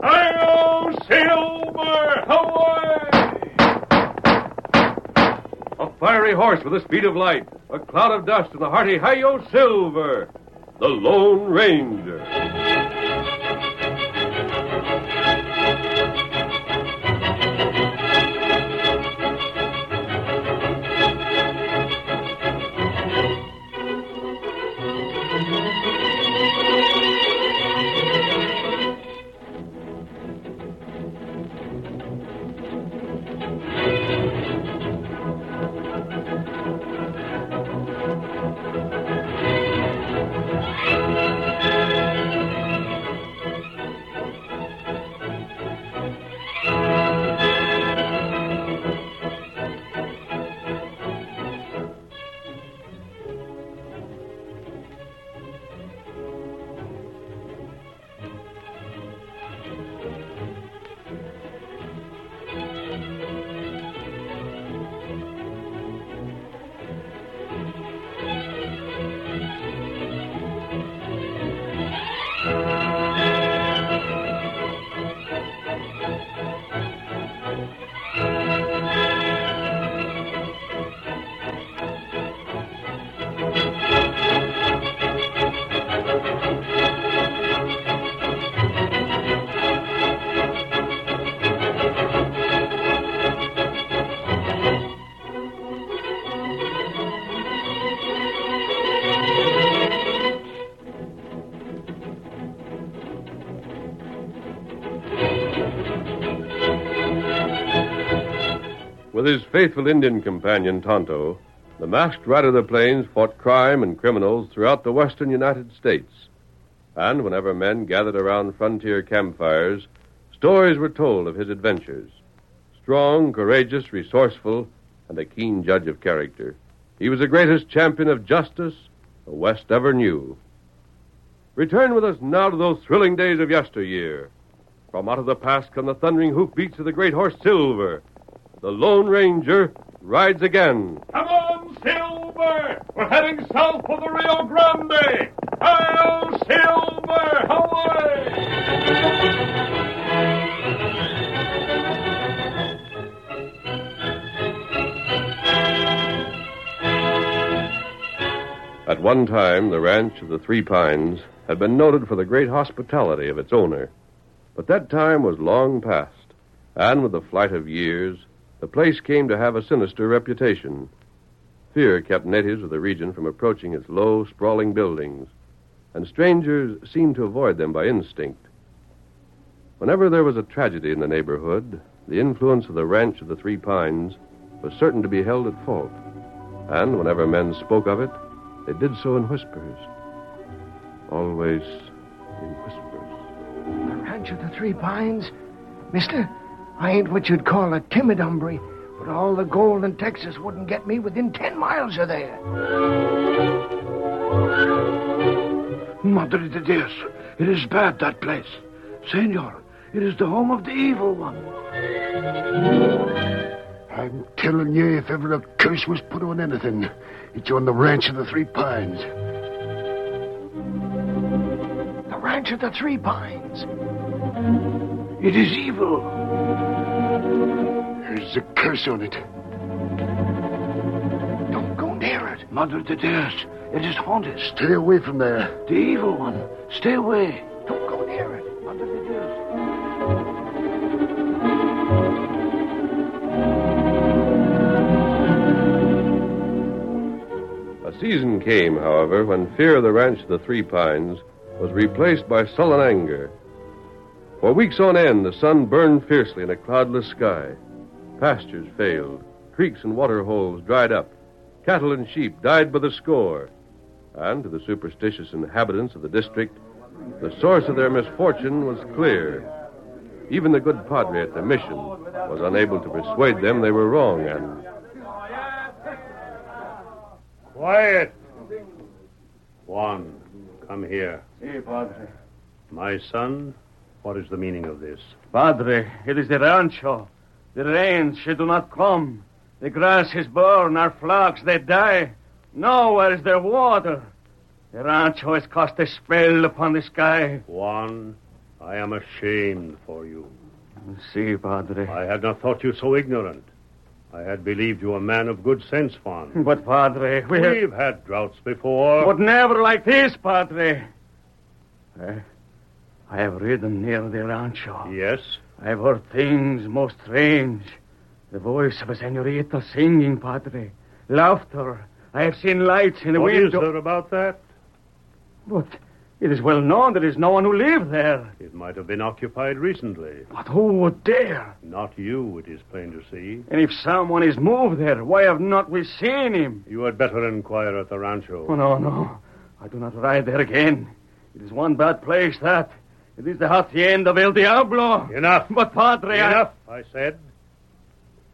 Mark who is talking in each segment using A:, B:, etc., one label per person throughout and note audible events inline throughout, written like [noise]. A: Hi-yo, Silver! Away! A fiery horse with the speed of light, a cloud of dust, and the hearty Hi-yo, Silver! The Lone Ranger. With his faithful Indian companion, Tonto, the masked rider of the plains fought crime and criminals throughout the western United States. And whenever men gathered around frontier campfires, stories were told of his adventures. Strong, courageous, resourceful, and a keen judge of character, he was the greatest champion of justice the West ever knew. Return with us now to those thrilling days of yesteryear. From out of the past come the thundering hoofbeats of the great horse Silver. The Lone Ranger rides again. Come on, Silver! We're heading south for the Rio Grande! Hail, Silver! Hawaii! At one time, the ranch of the Three Pines had been noted for the great hospitality of its owner. But that time was long past, and with the flight of years, the place came to have a sinister reputation. Fear kept natives of the region from approaching its low, sprawling buildings, and strangers seemed to avoid them by instinct. Whenever there was a tragedy in the neighborhood, the influence of the ranch of the Three Pines was certain to be held at fault, and whenever men spoke of it, they did so in whispers. Always in whispers.
B: The ranch of the Three Pines? Mister, I ain't what you'd call a timid hombre, but all the gold in Texas wouldn't get me within ten miles of there. Madre de Dios, it is bad, that place. Senor, it is the home of the evil one.
C: I'm telling you, if ever a curse was put on anything, it's on the ranch of the Three Pines.
B: The ranch of the Three Pines. It is evil.
C: There's a curse on it.
B: Don't go near it. Madre de Dios, it is haunted.
C: Stay away from there.
B: The evil one. Stay away. Don't go near it. Madre de Dios.
A: A season came, however, when fear of the ranch of the Three Pines was replaced by sullen anger. For weeks on end, the sun burned fiercely in a cloudless sky. Pastures failed, creeks and water holes dried up, cattle and sheep died by the score. And to the superstitious inhabitants of the district, the source of their misfortune was clear. Even the good padre at the mission was unable to persuade them they were wrong, and
D: Quiet. Juan, come here.
B: Si, Padre.
D: My son, what is the meaning of this?
B: Padre, it is the rancho. The rains, she do not come. The grass is born, our flocks, they die. Nowhere is there water. The rancho has cast a spell upon the sky.
D: Juan, I am ashamed for you.
B: Si, Padre.
D: I had not thought you so ignorant. I had believed you a man of good sense, Juan.
B: But, Padre, we have...
D: We've had droughts before.
B: But never like this, Padre. I, I have ridden near the rancho.
D: Yes,
B: I have heard things most strange. The voice of a senorita singing, Padre. Laughter. I have seen lights in the
D: What is
B: window.
D: there about that?
B: But it is well known there is no one who lives there.
D: It might have been occupied recently.
B: But who would dare?
D: Not you, it is plain to see.
B: And if someone is moved there, why have not we seen him?
D: You had better inquire at the
B: Oh,
D: rancho.
B: no, no. I do not ride there again. It is one bad place, that. It is the hacienda of El Diablo.
D: Enough!
B: But, Padre, I-
D: Enough, I said.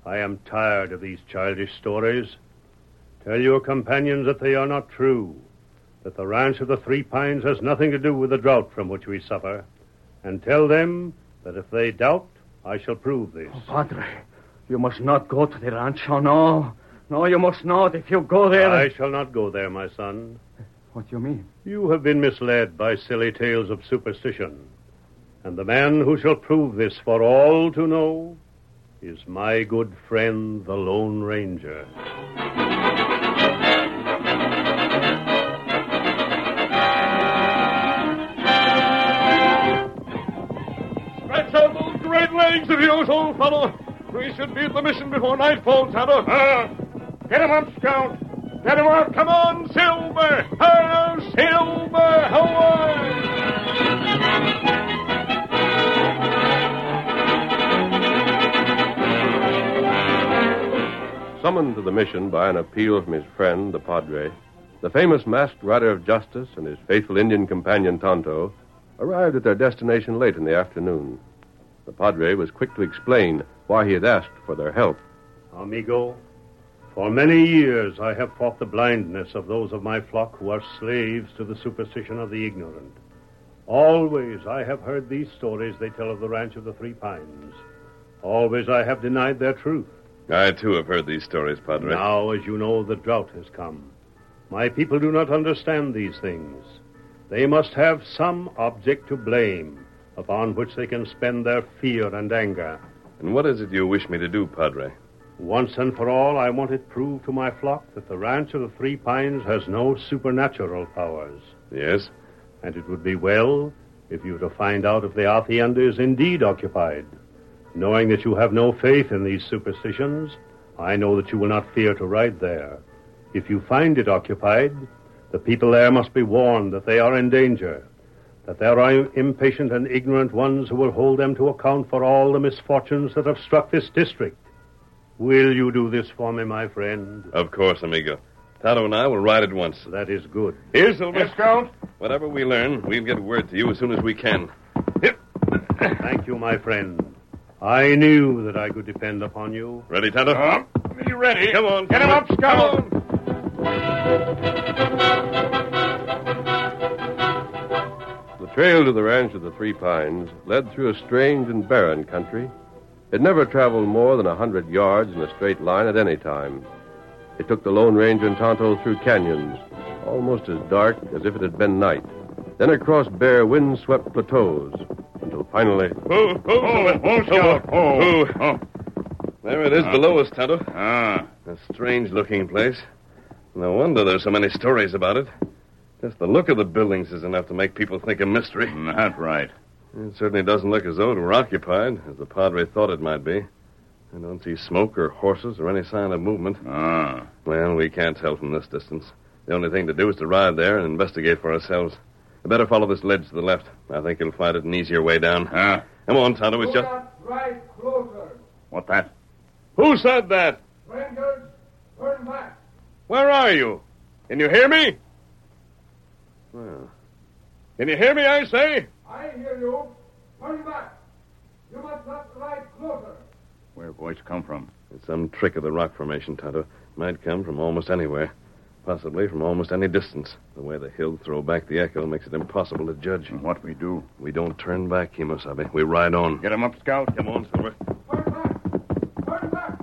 D: I am tired of these childish stories. Tell your companions that they are not true, that the ranch of the Three Pines has nothing to do with the drought from which we suffer, and tell them that if they doubt, I shall prove this.
B: Oh, Padre, you must not go to the rancho, no. No, you must not. If you go there...
D: I shall not go there, my son.
B: What do you mean?
D: You have been misled by silly tales of superstition, and the man who shall prove this for all to know is my good friend, the Lone Ranger.
E: Stretch out those great legs of yours, old fellow. We should be at the mission before nightfall, Tonto. Ah, get him up, Scout. Get him up. Come on, Silver. Oh, Silver. ah. Away.
F: Summoned to the mission by an appeal from his friend, the Padre, the famous masked rider of justice and his faithful Indian companion, Tonto, arrived at their destination late in the afternoon. The Padre was quick to explain why he had asked for their help.
D: Amigo, for many years I have fought the blindness of those of my flock who are slaves to the superstition of the ignorant. Always I have heard these stories they tell of the ranch of the Three Pines. Always I have denied their truth.
F: I, too, have heard these stories, Padre.
D: Now, as you know, the drought has come. My people do not understand these things. They must have some object to blame upon which they can spend their fear and anger.
F: And what is it you wish me to do, Padre?
D: Once and for all, I want it proved to my flock that the ranch of the Three Pines has no supernatural powers.
F: Yes?
D: And it would be well if you were to find out if the hacienda is indeed occupied. Knowing that you have no faith in these superstitions, I know that you will not fear to ride there. If you find it occupied, the people there must be warned that they are in danger, that there are impatient and ignorant ones who will hold them to account for all the misfortunes that have struck this district. Will you do this for me, my friend?
F: Of course, amigo. Tonto and I will ride at once.
D: That is good.
F: Here, Silver.
E: Scout.
F: Whatever we learn, we'll get word to you as soon as we can.
D: Thank you, my friend. I knew that I could depend upon you.
F: Ready, Tonto?
E: Be Uh-huh. ready. Come on. Get him up, Scout.
F: The trail to the ranch of the Three Pines led through a strange and barren country. It never traveled more than a hundred yards in a straight line at any time. It took the Lone Ranger and Tonto through canyons, almost as dark as if it had been night, then across bare, wind-swept plateaus, until finally.
E: Oh, oh, oh, oh, Scout. Oh, oh.
A: There it is below us, Tonto. Ah. A strange looking place. No wonder there's so many stories about it. Just the look of the buildings is enough to make people think a mystery.
E: Not right.
A: It certainly doesn't look as though it were occupied, as the padre thought it might be. I don't see smoke or horses or any sign of movement.
E: Ah.
A: Well, we can't tell from this distance. The only thing to do is to ride there and investigate for ourselves. You better follow this ledge to the left. I think you'll find it an easier way down.
E: Ah.
A: Come on, Tonto. It's just.
G: Right closer.
E: What that?
A: Who said that?
G: Rangers, turn back.
A: Where are you? Can you hear me? Well, can you hear me, I say?
G: I hear you. Turn back. You must not ride closer.
E: Where voice come from?
A: It's some trick of the rock formation, Tonto. Might come from almost anywhere. Possibly from almost any distance. The way the hill throw back the echo makes it impossible to judge.
H: And what we do?
A: We don't turn back, Kimosabe. We ride on.
H: Get him up, Scout.
A: Come on, Silver.
E: Turn back! Turn back!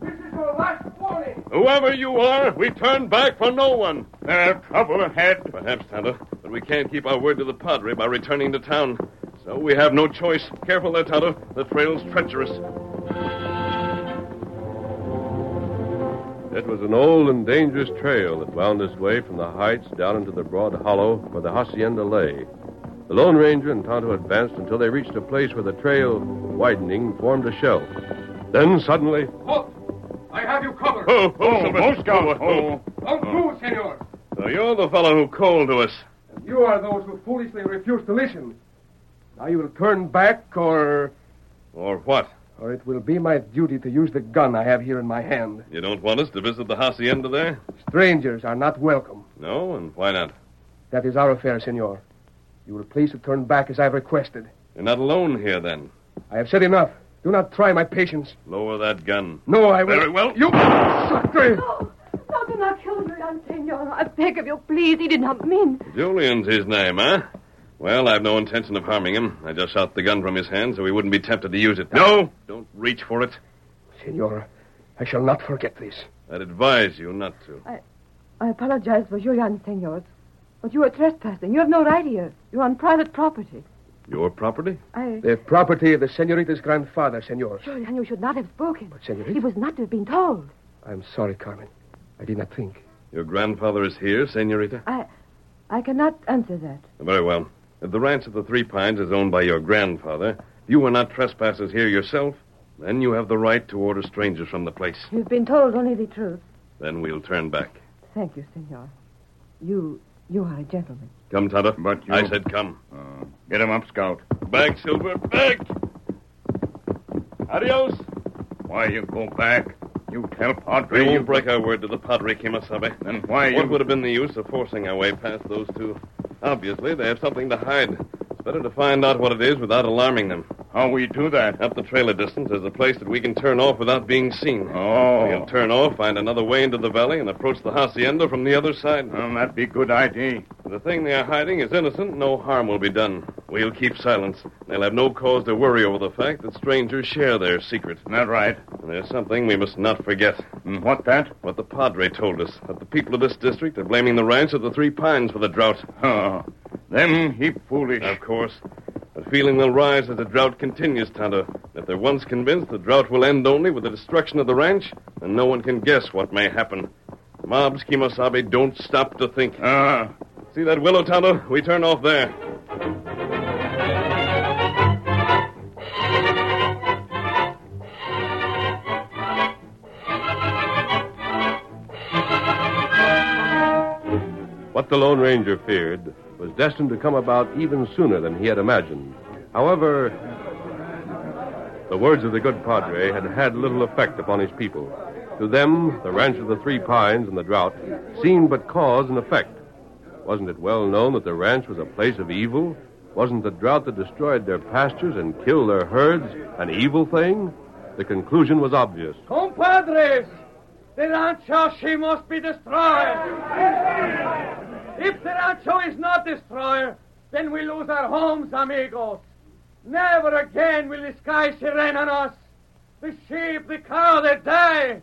E: This is your last warning!
A: Whoever you are, we turn back for no one.
H: There's trouble ahead.
A: Perhaps, Tonto, but we can't keep our word to the Padre by returning to town. So we have no choice. Careful there, Tonto. The trail's treacherous.
F: It was an old and dangerous trail that wound its way from the heights down into the broad hollow where the hacienda lay. The Lone Ranger and Tonto advanced until they reached a place where the trail, widening, formed a shelf. Then suddenly,
E: Halt! I have you covered!
A: Oh, oh, Silver.
H: Oh,
E: Don't move, senor!
A: So you're the fellow who called to us.
E: You are those who foolishly refused to listen. Now you will turn back, or,
A: Or what?
E: or it will be my duty to use the gun I have here in my hand.
A: You don't want us to visit the hacienda there?
E: Strangers are not welcome.
A: No, and why not?
E: That is our affair, senor. You will please to turn back as I have requested.
A: You're not alone here, then.
E: I have said enough. Do not try my patience.
A: Lower that gun.
E: No, I will.
A: Very well.
E: You sucker!
I: No, no, do not kill Julian, senor. I beg of you, please. He did not mean.
A: Julian's his name, huh? Well, I've no intention of harming him. I just shot the gun from his hand so he wouldn't be tempted to use it. No! Don't reach for it.
E: Senor, I shall not forget this.
A: I'd advise you not to.
I: I apologize for Julian, senor. But you are trespassing. You have no right here. You are on private property.
A: Your property?
I: I.
E: The property of the senorita's grandfather, senor.
I: Julian, you should not have spoken.
E: But, senorita-
I: He was not to have been told.
E: I'm sorry, Carmen. I did not think.
A: Your grandfather is here, senorita?
I: I cannot answer that.
A: Very well. If the ranch at the Three Pines is owned by your grandfather, you were not trespassers here yourself, then you have the right to order strangers from the place.
I: You've been told only the truth.
A: Then we'll turn back.
I: Thank you, senor. You. You are a gentleman.
A: Come, Tonto.
H: But you-
A: I said come.
H: Uh, get him up, Scout.
A: Back, Silver, back! Adios!
H: Why you go back? You tell Padre
A: We
H: you
A: won't break our word to the Padre Kimasabe.
H: Then why
A: What
H: you-
A: would have been the use of forcing our way past those two? Obviously, they have something to hide. It's better to find out what it is without alarming them.
H: How we do that?
A: Up the trailer distance, there's a place that we can turn off without being seen.
H: Oh.
A: We'll turn off, find another way into the valley, and approach the hacienda from the other side.
H: Well, that'd be good idea.
A: The thing they are hiding is innocent. No harm will be done. We'll keep silence. They'll have no cause to worry over the fact that strangers share their secret.
H: Isn't that right?
A: And there's something we must not forget.
H: And what that? [laughs]
A: What the Padre told us, that the people of this district are blaming the ranch of the Three Pines for the drought.
H: Oh, them he foolish.
A: Of course. The feeling will rise as the drought continues, Tonto. If they're once convinced the drought will end only with the destruction of the ranch, then no one can guess what may happen. Mobs, Kimosabe, don't stop to think.
H: Ah,
A: See that willow, Tonto? We turn off there.
F: What the Lone Ranger feared was destined to come about even sooner than he had imagined. However, the words of the good Padre had had little effect upon his people. To them, the ranch of the Three Pines and the drought seemed but cause and effect. Wasn't it well known that the ranch was a place of evil? Wasn't the drought that destroyed their pastures and killed their herds an evil thing? The conclusion was obvious.
B: Compadres, the rancho, she must be destroyed. If the rancho is not destroyed, then we lose our homes, amigos. Never again will the sky she rain on us. The sheep, the cow, they die.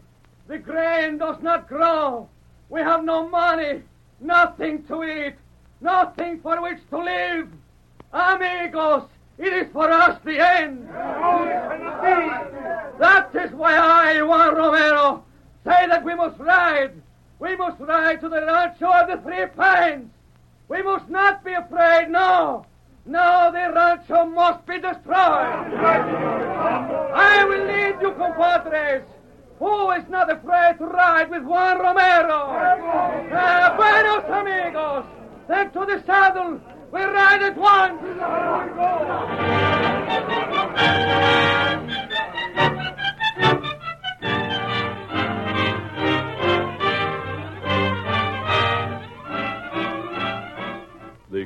B: The grain does not grow. We have no money, nothing to eat, nothing for which to live. Amigos, it is for us the end. That is why I, Juan Romero, say that we must ride. We must ride to the rancho of the Three Pines. We must not be afraid, no. No, the rancho must be destroyed. I will lead you, compadres. Who is not afraid to ride with Juan Romero? Ah, buenos amigos. Then to the saddle. We ride at once.
F: The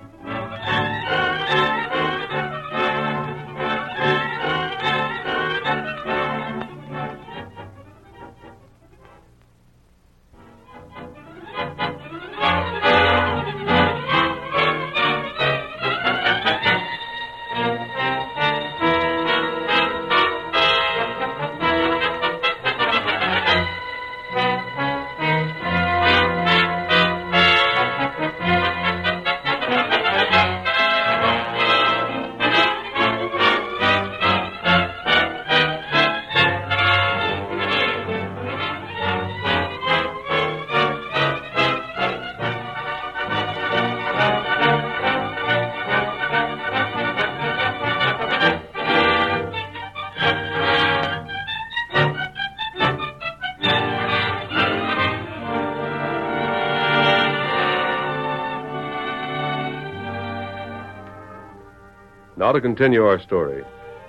J: Now to continue our story.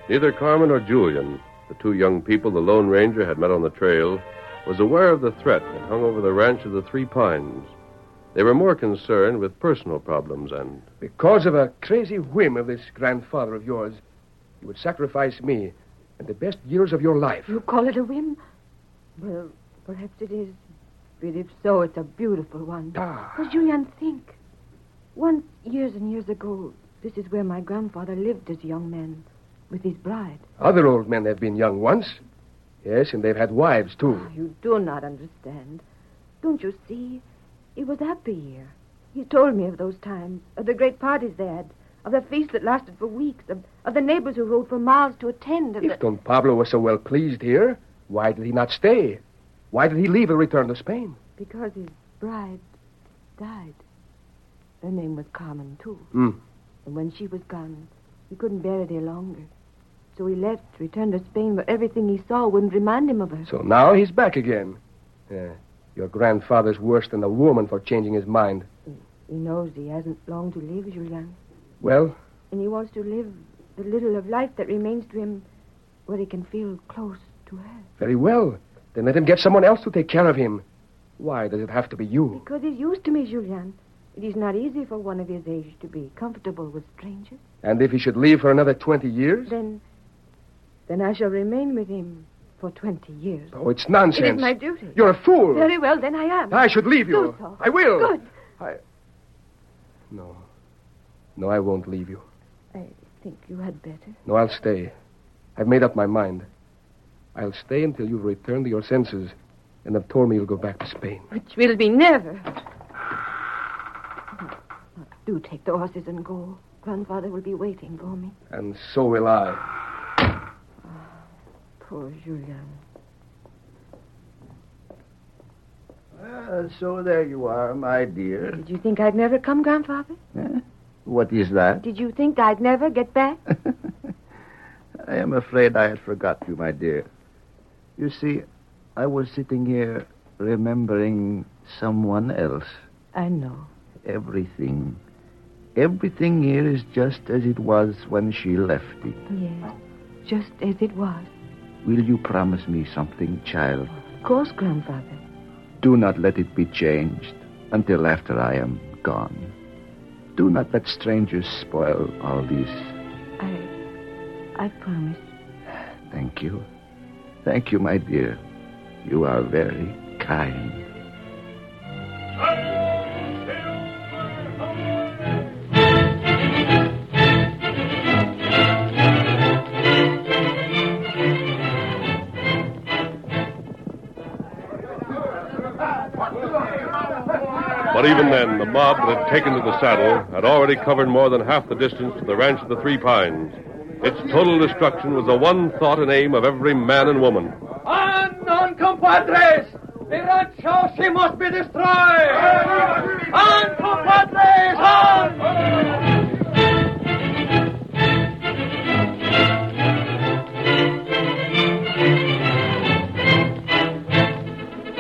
J: Neither Carmen or Julian, the two young people the Lone Ranger had met on the trail, was aware of the threat that hung over the ranch of the Three Pines. They were more concerned with personal problems and.
K: Because of a crazy whim of this grandfather of yours, you would sacrifice me and the best years of your life.
I: You call it a whim? Well, perhaps it is. But if so, it's a beautiful one.
K: Ah.
I: But Julian, think. Once, years and years ago, this is where my grandfather lived as a young man with his bride.
K: Other old men have been young once. Yes, and they've had wives, too.
I: Ah, You do not understand. Don't you see? It was happy here. He told me of those times, of the great parties they had, of the feasts that lasted for weeks, of, of the neighbors who rode for miles to attend. Of
K: If Don Pablo was so well pleased here, why did he not stay? Why did he leave and return to Spain?
I: Because his bride died. Her name was Carmen, too.
K: Hmm.
I: And when she was gone, he couldn't bear it any longer. So he left, returned to Spain, where everything he saw wouldn't remind him of her.
K: So now he's back again. Yeah, your grandfather's worse than a woman for changing his mind.
I: He knows he hasn't long to live, Julian.
K: Well,
I: And he wants to live the little of life that remains to him where he can feel close to her.
K: very well. Then let him get someone else to take care of him. Why does it have to be you?
I: Because he's used to me, Julian. It is not easy for one of his age to be comfortable with strangers.
K: And if he should leave for another 20 years?
I: Then, then I shall remain with him for 20 years.
K: Oh, it's nonsense.
I: It is my duty.
K: You're a fool.
I: Very well, then I am.
K: I should leave you.
I: Do so.
K: I will.
I: Good.
K: I. No. No, I won't leave you.
I: I think you had better.
K: No, I'll stay. I've made up my mind. I'll stay until you've returned to your senses and have told me you'll go back to Spain.
I: Which will be never. Do take the horses and go. Grandfather will be waiting for me.
K: And so will I.
I: Poor Julian.
B: Well, Ah, so there you are, my dear.
I: Did you think I'd never come, Grandfather?
B: What is that?
I: Did you think I'd never get back?
B: [laughs] I am afraid I had forgot you, my dear. You see, I was sitting here remembering someone else.
I: I know.
B: Everything. Everything here is just as it was when she left it.
I: Yes. Just as it was.
B: Will you promise me something, child?
I: Of course, Grandfather.
B: Do not let it be changed until after I am gone. Do not let strangers spoil all these
I: I. I promise.
B: Thank you. Thank you, my dear. You are very kind.
J: But even then, the mob that had taken to the saddle had already covered more than half the distance to the ranch of the Three Pines. Its total destruction was the one thought and aim of every man and woman.
L: On, on, compadres! The rancho, she must be destroyed! On, compadres! On!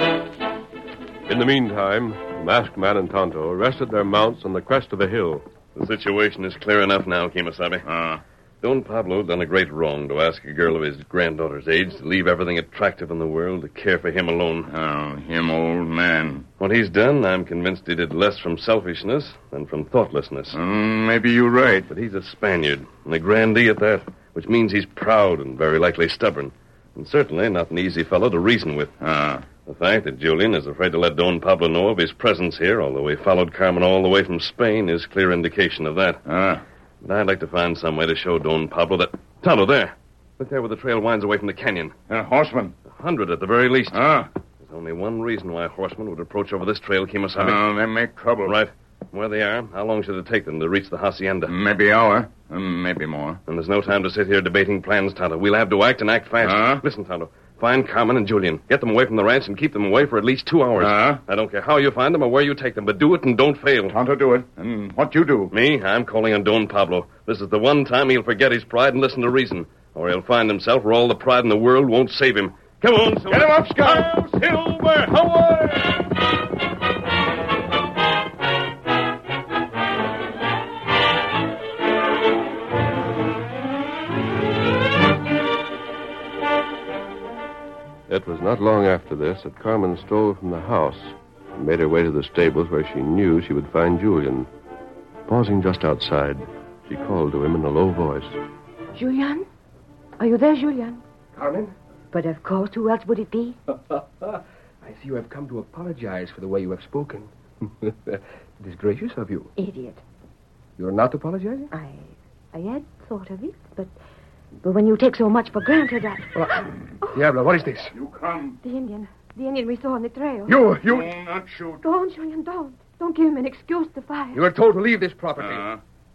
J: In the meantime, the masked man and Tonto rested their mounts on the crest of a hill.
A: The situation is clear enough now, Kimasabi.
H: uh,
A: Ah. Don Pablo had done a great wrong to ask a girl of his granddaughter's age to leave everything attractive in the world to care for him alone.
H: uh,
A: Oh, him old man. What he's done, I'm convinced he did less from selfishness than from thoughtlessness.
H: Uh,
A: maybe you're right. But he's a Spaniard, and a grandee at that, which means he's proud and very likely stubborn. And certainly not an easy fellow to reason with.
H: Uh,
A: Ah. The fact that Julian is afraid to let Don Pablo know of his presence here, although he followed Carmen all the way from Spain, is clear indication of that.
H: uh,
A: Ah. But I'd like to find some way to show Don Pablo that. Tonto, there. Look there where the trail winds away from the canyon.
H: Uh, horseman.
A: A hundred at the very least.
H: Ah.
A: There's only one reason why horsemen would approach over this trail, Kimasabi.
H: Oh, they make trouble.
A: Right. Where they are, how long should it take them to reach the hacienda?
H: Maybe hour. Uh, Maybe more.
A: And there's no time to sit here debating plans, Tonto. We'll have to act and act fast.
H: Huh?
A: Listen, Tonto. Find Carmen and Julian. Get them away from the ranch and keep them away for at least two hours.
H: Huh?
A: I don't care how you find them or where you take them, but do it and don't fail.
H: Tonto, do it. And what you do?
A: Me? I'm calling on Don Pablo. This is the one time he'll forget his pride and listen to reason, or he'll find himself where all the pride in the world won't save him. Come on, Silver.
H: Get him up, Scout.
L: Silver, away!
A: Silver,
F: It was not long after this that Carmen stole from the house and made her way to the stables where she knew she would find Julian. Pausing just outside, she called to him in a low voice.
I: Julian? Are you there, Julian?
K: Carmen?
I: But of course, who else would it be?
K: I see you have come to apologize for the way you have spoken. [laughs] it is gracious of you.
I: Idiot.
K: You're not apologizing?
I: I I had thought of it, but but when you take so much for granted, I...
K: Well, Diablo, what is this?
H: You come.
I: The Indian. The Indian we saw on the trail.
K: You, you.
H: not shoot.
I: Don't, Julian, don't. Don't give him an excuse to fire.
K: You were told to leave this property.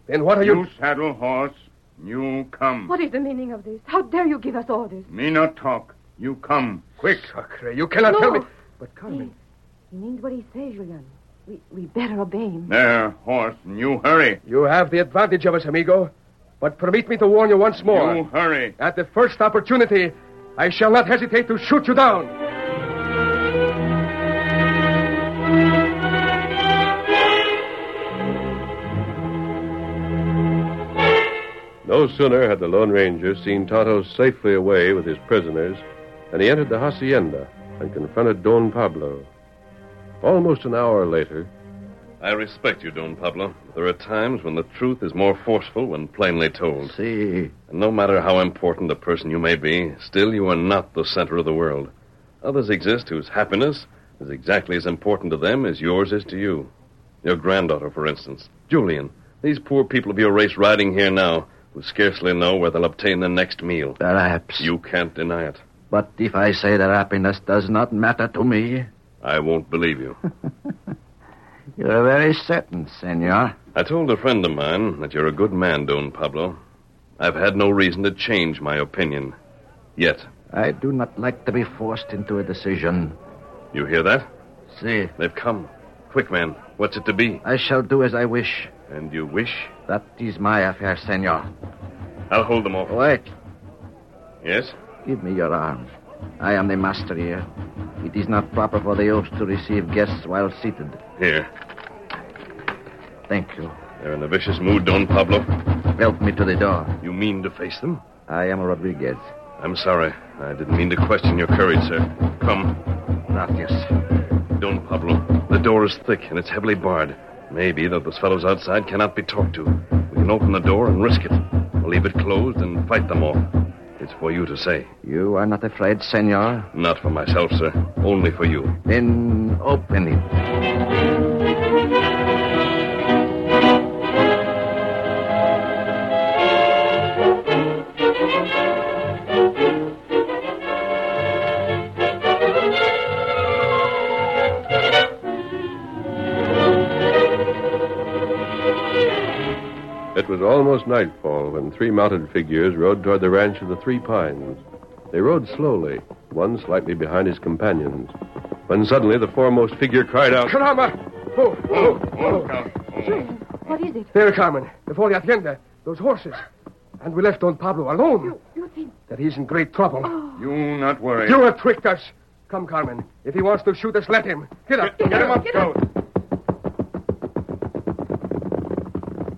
K: then what are Uh, you.
H: Uh, You saddle horse. You come.
I: What is the meaning of this? How dare you give us orders?
H: Me not talk. You come. Quick.
K: Sacre, you
I: No.
K: But
I: Carmen. He, he means what he says, Julian. We, we better obey him.
H: There, horse, and you hurry.
K: You have the advantage of us, amigo. But permit me to warn you once more.
H: You hurry.
K: At the first opportunity, I shall not hesitate to shoot you down.
F: No sooner had the Lone Ranger seen Tonto safely away with his prisoners than he entered the hacienda and confronted Don Pablo. Almost an hour later,
A: I respect you, Don Pablo. There are times when the truth is more forceful when plainly told.
M: See.
A: And no matter how important a person you may be, still you are not the center of the world. Others exist whose happiness is exactly as important to them as yours is to you. Your granddaughter, for instance. Julian. These poor people of your race riding here now who scarcely know where they'll obtain their next meal.
M: Perhaps.
A: You can't deny it.
M: But if I say their happiness does not matter to me,
A: I won't believe you.
M: you're very certain, senor.
A: I told a friend of mine that you're a good man, Don Pablo. I've had no reason to change my opinion. Yet.
M: I do not like to be forced into a decision.
A: You hear that?
M: See,
A: They've come. Quick, man. What's it to be?
M: I shall do as I wish.
A: And you wish?
M: That is my affair, senor.
A: I'll hold them off.
M: Wait,
A: Yes?
M: give me your arm. I am the master here. It is not proper for the youths to receive guests while seated.
A: Here.
M: Thank you.
A: They're in a vicious mood, Don Pablo.
M: Help me to the door.
A: You mean to face them?
M: I am Rodriguez.
A: I'm sorry. I didn't mean to question your courage, sir. Come.
M: Gracias.
A: Don Pablo, the door is thick and it's heavily barred. Maybe that those fellows outside cannot be talked to. We can open the door and risk it. Or leave it closed and fight them off. It's for you to say.
M: You are not afraid, senor?
A: Not for myself, sir. Only for you.
M: Then open it.
F: it was almost nightfall when three mounted figures rode toward the ranch of the Three Pines. They rode slowly, one slightly behind his companions, when suddenly the foremost figure cried out,
K: Caramba! Oh, oh, oh.
I: What is it?
K: There, Carmen. Before the hacienda, those horses. And we left Don Pablo alone.
I: You think...
K: That he's in great trouble.
H: You not worry.
K: You have tricked us. Come, Carmen. If he wants to shoot us, let him. Get up.
H: Get him up, Scout.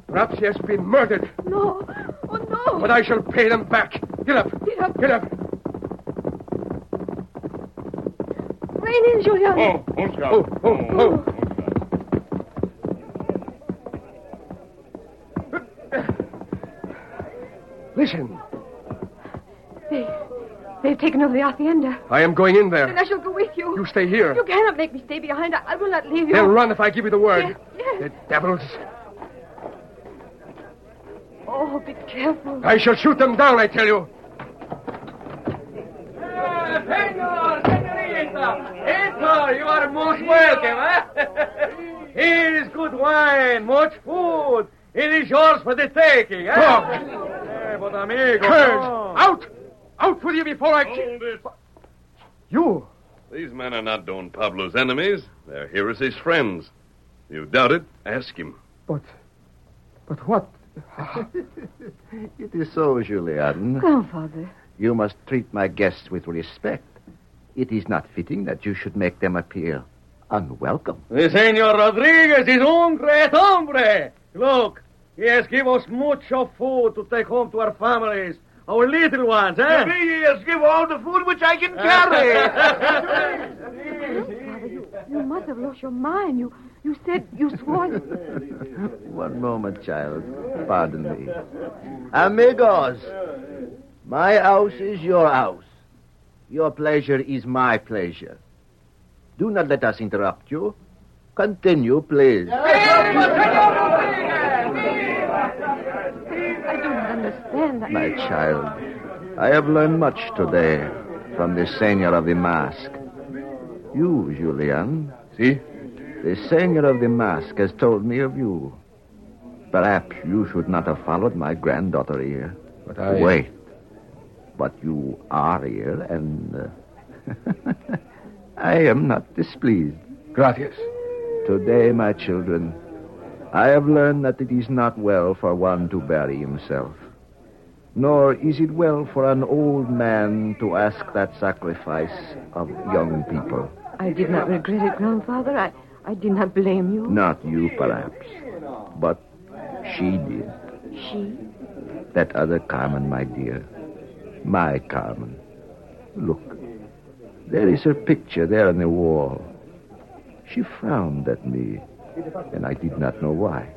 K: Perhaps he has been murdered,
I: No. Oh, no.
K: but I shall pay them back. Get up.
I: Get up.
K: Get up.
I: Rein in, Julian.
H: Oh, oh,
K: Oh,
H: Scout.
K: oh, oh. Listen,
I: They, they've taken over the hacienda.
K: I am going in
I: Then
K: there.
I: I shall go with you.
K: Uh, You stay here.
I: You cannot make me stay behind. I, I will not leave you.
K: They'll run if I give you the word.
I: Yes, yes.
K: The devils.
I: Oh, be careful.
K: I shall shoot them down, I tell
B: [laughs]
K: you.
B: Senor, senorita, enter. You are most welcome, eh? Here is good wine, much food. It is yours for the taking, eh?
K: Dog.
B: Eh, but amigo.
K: Curse!
B: no.
K: Out! Out with you before I kill
A: Hold it.
K: you.
A: These men are not Don Pablo's enemies. They're Hirose's friends. You doubt it? Ask him.
K: But, but what?
M: It is so, Julian.
I: Grandfather.
M: You must treat my guests with respect. It is not fitting that you should make them appear unwelcome.
B: The Senor Rodriguez is un great hombre. Look, he has given us much of food to take home to our families, Our little ones, eh?
E: The
B: big ears give all the food which I can [laughs]
I: Father, you, you must have lost your mind. You, you said you swore. you-
M: One moment, child. Pardon me. Amigos, my house is your house. Your pleasure is my pleasure. Do not let us interrupt you. Continue, please.
I: I don't understand. I-
M: My child, I have learned much today from the Senor of the Mask. You, Julian. See? The Senor of the Mask has told me of you. Perhaps you should not have followed my granddaughter here. But
K: I-
M: Wait. But you are here, and. uh, [laughs] I am not displeased. Gracias. Today, my children, I have learned that it is not well for one to bury himself. Nor is it well for an old man to ask that sacrifice of young people.
I: I did not regret it, Grandfather. I, I did not blame you.
M: Not you, perhaps, but she did.
I: She?
M: That other Carmen, my dear. My Carmen. Look, there is her picture there on the wall. She frowned at me, and I did not know why.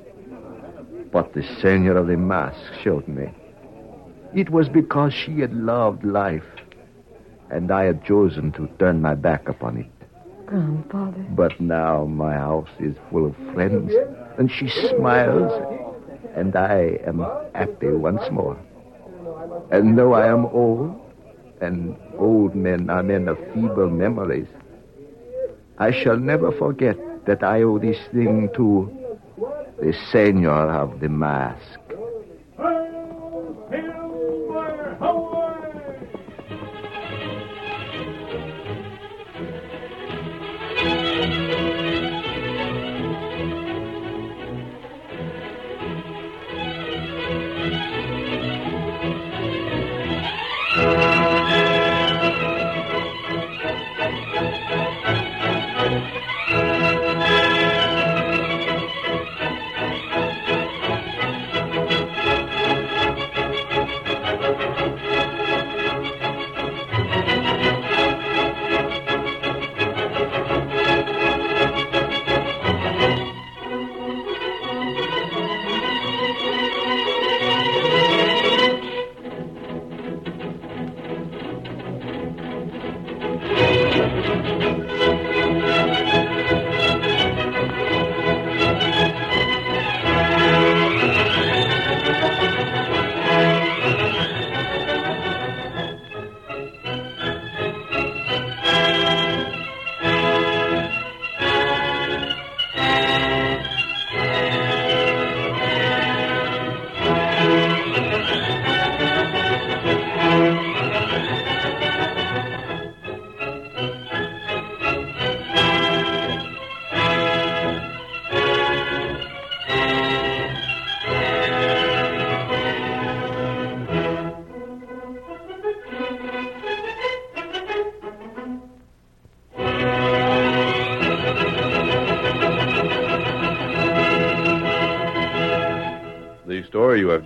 M: But the Senor of the Mask showed me. It was because she had loved life, and I had chosen to turn my back upon it.
I: Grandfather.
M: But now my house is full of friends, and she smiles, and I am happy once more. And though I am old, and old men are men of feeble memories, I shall never forget that I owe this thing to the Senor of the Mask.
F: The story you have